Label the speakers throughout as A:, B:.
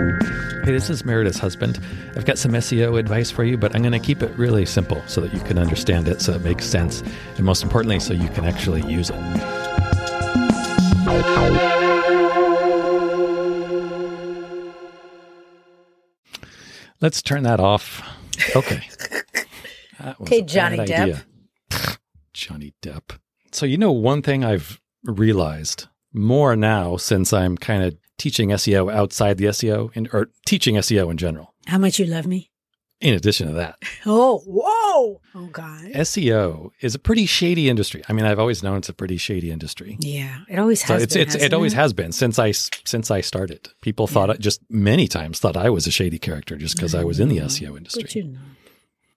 A: Hey, this is Meredith's husband. I've got some SEO advice for you, but I'm going to keep it really simple so that you can understand it, so it makes sense, and most importantly, so you can actually use it. Let's turn that off. Okay. That was
B: Okay,
A: a bad
B: Johnny Depp.
A: idea. Johnny Depp. So, you know, one thing I've realized more now since I'm kind of teaching SEO outside the SEO and, or teaching SEO in general,
B: How much you love me?
A: in addition to that,
B: Oh, whoa. Oh, God.
A: SEO is a pretty shady industry. I mean, I've always known it's a pretty shady industry.
B: Yeah. It always
A: So
B: has.
A: it's
B: been,
A: it's it
B: hasn't
A: always has been since I s- since I started. People thought I just many times thought I was a shady character just because I was in the
B: Mm-hmm.
A: SEO industry.
B: But you know.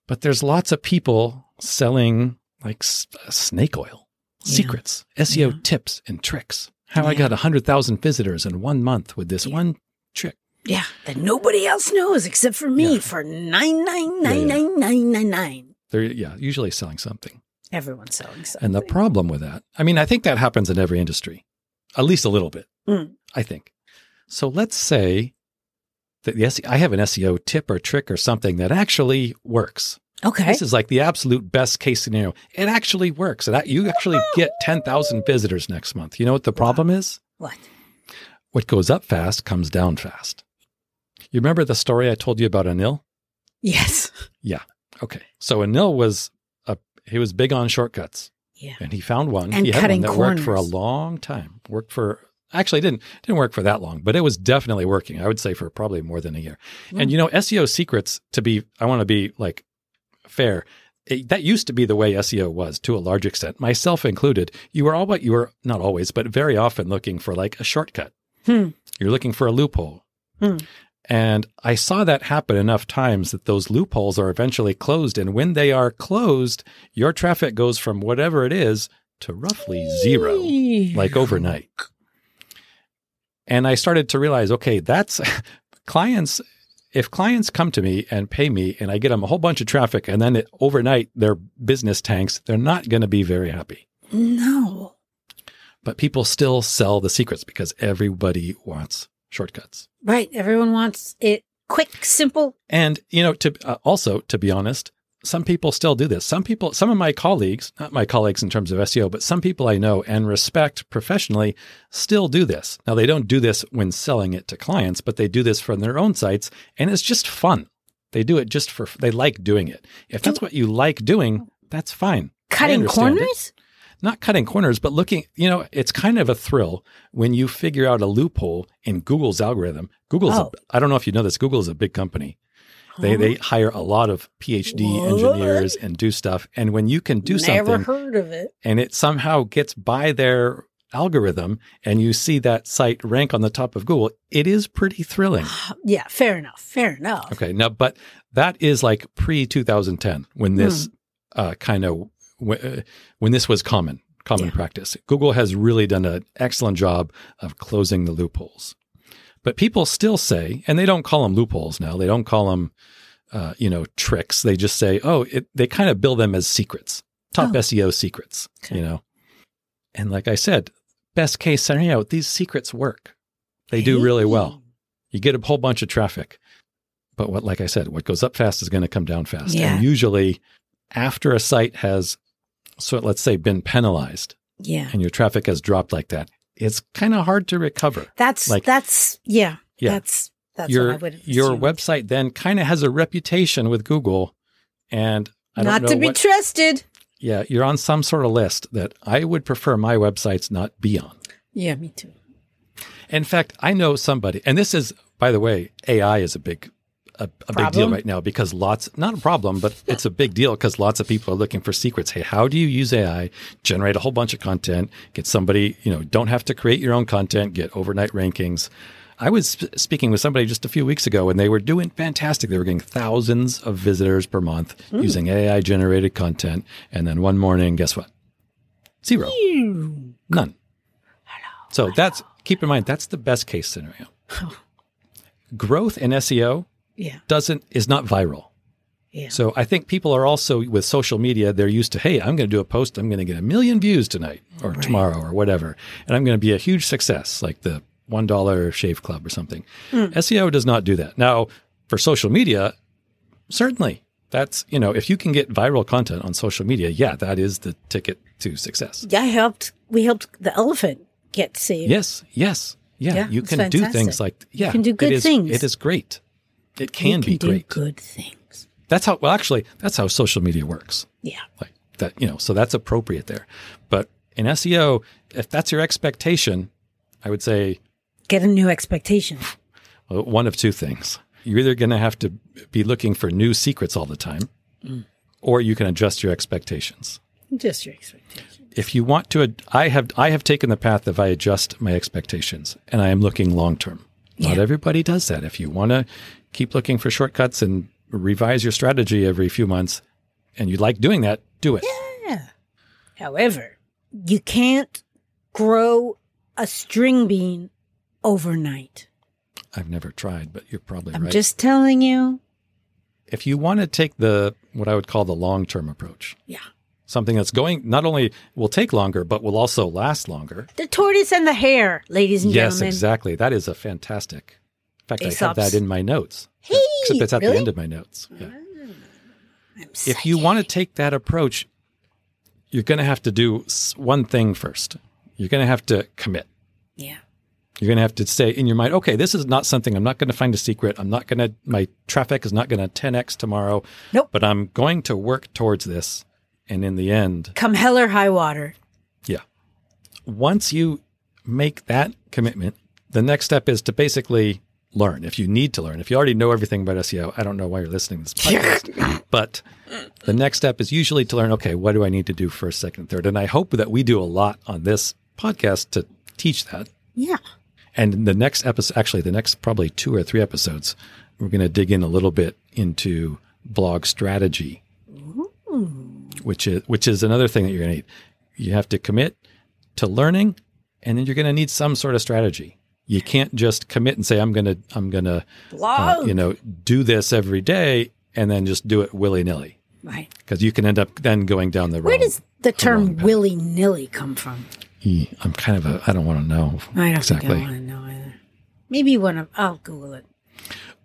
A: But there's lots of people selling like s- uh, snake oil,
B: Yeah.
A: secrets, SEO
B: Yeah.
A: tips and tricks. How I
B: Yeah.
A: got 100,000 visitors in 1 month with this
B: Yeah.
A: one trick.
B: Yeah. That nobody else knows except for me
A: Yeah.
B: for nine nine nine nine nine nine nine.
A: They're yeah, usually selling something.
B: Everyone's selling something.
A: And the problem with that, I mean, I think that happens in every industry, at least a little bit.
B: Mm.
A: I think. So let's say that the SE I have an SEO tip or trick or something that actually works.
B: okay.
A: This is like the absolute best case scenario. It actually works. That you actually get 10,000 visitors next month. You know what the problem is?
B: what?
A: What goes up fast comes down fast. You remember the story I told you about Anil?
B: Yes.
A: Okay. So Anil was a, he was big on shortcuts
B: Yeah.
A: and he found one.
B: And
A: he had one
B: cutting
A: that worked for a
B: corners.
A: long time. Worked for actually it didn't didn't work for that long, but it was definitely working. I would say for probably more than a year. And
B: Mm.
A: you know, SEO secrets to be I want to be like fair. It, Eh, that used to be the way SEO was to a large extent, myself included. You were all what you were not always, but very often looking for like a shortcut.
B: Hmm.
A: You're looking for a loophole.
B: Hmm.
A: And I saw that happen enough times that those loopholes are eventually closed. And when they are closed, your traffic goes from whatever it is to roughly zero like overnight. And I started to realize, okay, that's clients. If clients come to me and pay me and I get them a whole bunch of traffic and then it, overnight their business tanks, they're not going to be very happy.
B: No.
A: But people still sell the secrets because everybody wants shortcuts.
B: Right. Everyone wants it quick, simple.
A: And you know, to uh, also to be honest, some people still do this. Some people, some of my colleagues, not my colleagues in terms of SEO, but some people I know and respect professionally still do this. Now they don't do this when selling it to clients, but they do this from their own sites and it's just fun. They do it just for they like doing it. If that's what you like doing, that's fine. I
B: Cutting
A: understand it
B: corners?
A: not cutting corners, but looking, you know, it's kind of a thrill when you figure out a loophole in Google's algorithm. Google's,
B: Oh.
A: I I don't know if you know this, Google is a big company. They, they hire a lot of PhD engineers and do stuff. And when you can do
B: Never
A: something
B: heard of it.
A: and it somehow gets by their algorithm and you see that site rank on the top of Google, it is pretty thrilling.
B: Yeah. Fair enough. Fair enough.
A: Okay. Now, but that is like pre 2010 when this
B: Hmm.
A: uh, kind of w- uh, when this was common common
B: Yeah.
A: practice. Google has really done an excellent job of closing the loopholes. But people still say, and they don't call them loopholes now. They don't call them, uh, you know, tricks. They just say, oh, it, they kind of bill them as secrets, top
B: Oh.
A: SEO secrets,
B: Okay.
A: you know. And like I said, best case scenario, these secrets work. They do really well. You get a whole bunch of traffic. But what, like I said, what goes up fast is going to come down fast.
B: Yeah.
A: And usually, after a site has, so let's say, been penalized
B: Yeah.
A: and your traffic has dropped like that, it's kind of hard to recover.
B: That's
A: Like-
B: that's yeah.
A: Yeah.
B: That's that's
A: your
B: what I would have
A: your
B: assumed.
A: website then kind of has a reputation with Google, and I don't
B: Not
A: know
B: to be
A: what-
B: trusted.
A: yeah, you're on some sort of list that I would prefer my websites not be on.
B: Yeah, me too.
A: In fact, I know somebody, and this is, by the way, AI is a big, a, a big deal
B: Problem?
A: right now because lots, not a problem, but it's a big deal because lots of people are looking for secrets. Hey, how do you use AI? Generate a whole bunch of content, get somebody, you know, don't have to create your own content, get overnight rankings. I was sp- speaking with somebody just a few weeks ago, and they were doing fantastic. They were getting thousands of visitors per month using AI generated content. And then one morning, guess what? Zero. None. So that's keep in mind that's the best case scenario. Growth in SEO
B: Yeah.
A: doesn't is not viral.
B: Yeah.
A: So I think people are also with social media they're used to hey, I'm going to do a post, I'm going to get a million views tonight or tomorrow or whatever, and I'm going to be a huge success like the $1 shave club or something. SEO does not do that. Now, for social media, certainly. That's, you know, if you can get viral content on social media, yeah, that is the ticket to success.
B: Yeah, I helped. We helped the elephant get saved.
A: Yes, yes. Yeah,
B: Yeah,
A: you
B: it's
A: can do
B: fantastic.
A: things like yeah,
B: can do
A: it
B: good
A: is-
B: things.
A: It is great. It
B: We
A: can be
B: do
A: great.
B: good things.
A: That's how well actually that's how social media works.
B: Yeah.
A: Like that, you know, so that's appropriate there. But in SEO, if that's your expectation, I would say
B: Get a new expectation.
A: well, one of two things. You're either going to have to be looking for new secrets all the time,
B: Mm.
A: or you can adjust your expectations.
B: Just your expectation.
A: if you want to ad- i have i have taken the path of i adjust my expectations and i am looking long term not everybody does that if you want to keep looking for shortcuts and revise your strategy every few months and you like doing that do it
B: Yeah. However, you can't grow a string bean overnight.
A: i've never tried but you're probably
B: I'm
A: right
B: just telling you.
A: if you want to take the what i would call the long term approach
B: Yeah.
A: something that's going not only will take longer but will also last longer
B: The tortoise and the hare, ladies and
A: yes
B: gentlemen.
A: exactly that is a fantastic in fact i have
B: Aesop's.
A: that in my notes
B: Hey,
A: except it's at
B: really?
A: the end of my notes yeah
B: I'm
A: if you
B: psychic.
A: want to take that approach, you're going to have to do s- one thing first. You're going to have to commit.
B: Yeah.
A: You're going to have to say in your mind, okay, this is not something I'm not going to find a secret. I'm not going to, my traffic is not going to 10x tomorrow.
B: Nope.
A: But I'm going to work towards this. And in the end,
B: Come hell or high water.
A: yeah. Once you make that commitment, the next step is to basically learn. If you need to learn, if you already know everything about SEO, I don't know why you're listening to this podcast. but the next step is usually to learn, okay, what do I need to do first, second, third? And I hope that we do a lot on this podcast to teach that.
B: Yeah.
A: And in the next episode, actually, the next probably two or three episodes, we're going to dig in a little bit into blog strategy, which is which is another thing that you're going to need. You have to commit to learning, and then you're going to need some sort of strategy. You can't just commit and say, "I'm going to, I'm going to,
B: Blog.
A: you know, do this every day," and then just do it willy nilly,
B: Right.
A: because you can end up then going down the
B: Where
A: wrong.
B: does the term willy nilly come from?
A: E- I'm kind of a. I don't want to know
B: I don't
A: exactly.
B: think I want to know either. Maybe one of I'll Google it.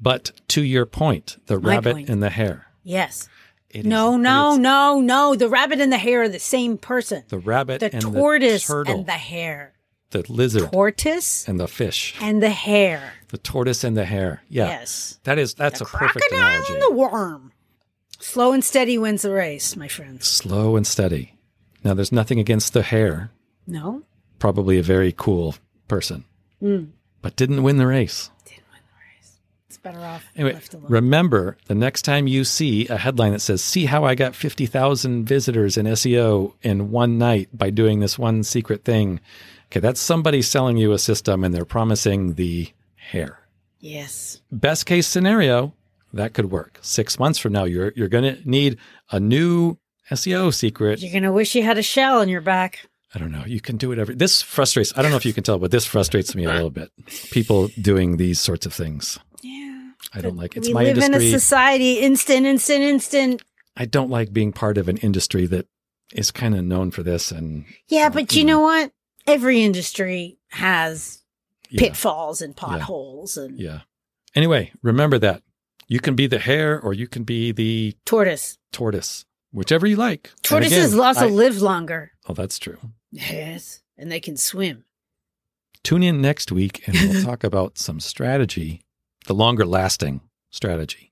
A: But to your point, the
B: My
A: rabbit
B: point.
A: and the hare.
B: Yes.
A: It
B: No,
A: is- it
B: no,
A: is
B: no, no. The rabbit and the hare are the same person.
A: The rabbit
B: The
A: and
B: tortoise
A: the turtle,
B: and the hare.
A: the, lizard
B: Tortoise
A: and the fish,
B: and the hare.
A: the tortoise and the hare. Yeah,
B: Yes.
A: that is that's a perfect
B: Crocodile
A: analogy.
B: and the worm. Slow and steady wins the race, my friends.
A: Slow and steady. Now, there's nothing against the hare.
B: No?
A: Probably a very cool person,
B: Mm.
A: but didn't win the race.
B: It's better off
A: Anyway,
B: left alone.
A: remember the next time you see a headline that says, See how I got 50,000 visitors in SEO in one night by doing this one secret thing. Okay, that's somebody selling you a system and they're promising the hair.
B: yes.
A: Best case scenario, that could work. Six months from now, you're, you're going to need a new SEO secret.
B: You're going to wish you had a shell on your back.
A: I don't know. You can do it every. This frustrates. I don't know if you can tell, but this frustrates me a little bit. People doing these sorts of things.
B: Yeah.
A: I don't like. It's
B: we
A: my
B: live
A: industry.
B: in a society instant, instant, instant.
A: I don't like being part of an industry that is kind of known for this and
B: Yeah, but you know what? Every industry has
A: yeah,
B: pitfalls and potholes and
A: yeah. Anyway, remember that you can be the hare or you can be the
B: tortoise.
A: tortoise, whichever you like. And
B: Tortoises
A: again,
B: also
A: I-
B: live longer.
A: Oh, that's true.
B: Yes. And they can swim.
A: Tune in next week and we'll talk about some strategy, the longer lasting strategy.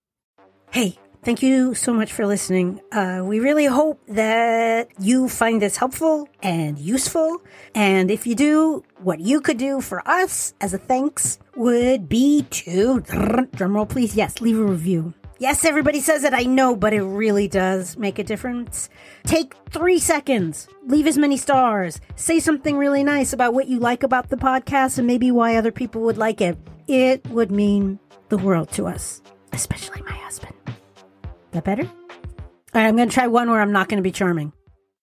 B: Hey, thank you so much for listening. Uh, we really hope that you find this helpful and useful. And if you do, what you could do for us as a thanks would be to drumroll, please. Yes, leave a review. Yes, everybody says it, I know, but it really does make a difference. Take three seconds, leave as many stars, say something really nice about what you like about the podcast and maybe why other people would like it. It would mean the world to us, especially my husband. That better? All right, I'm going to try one where I'm not going to be charming.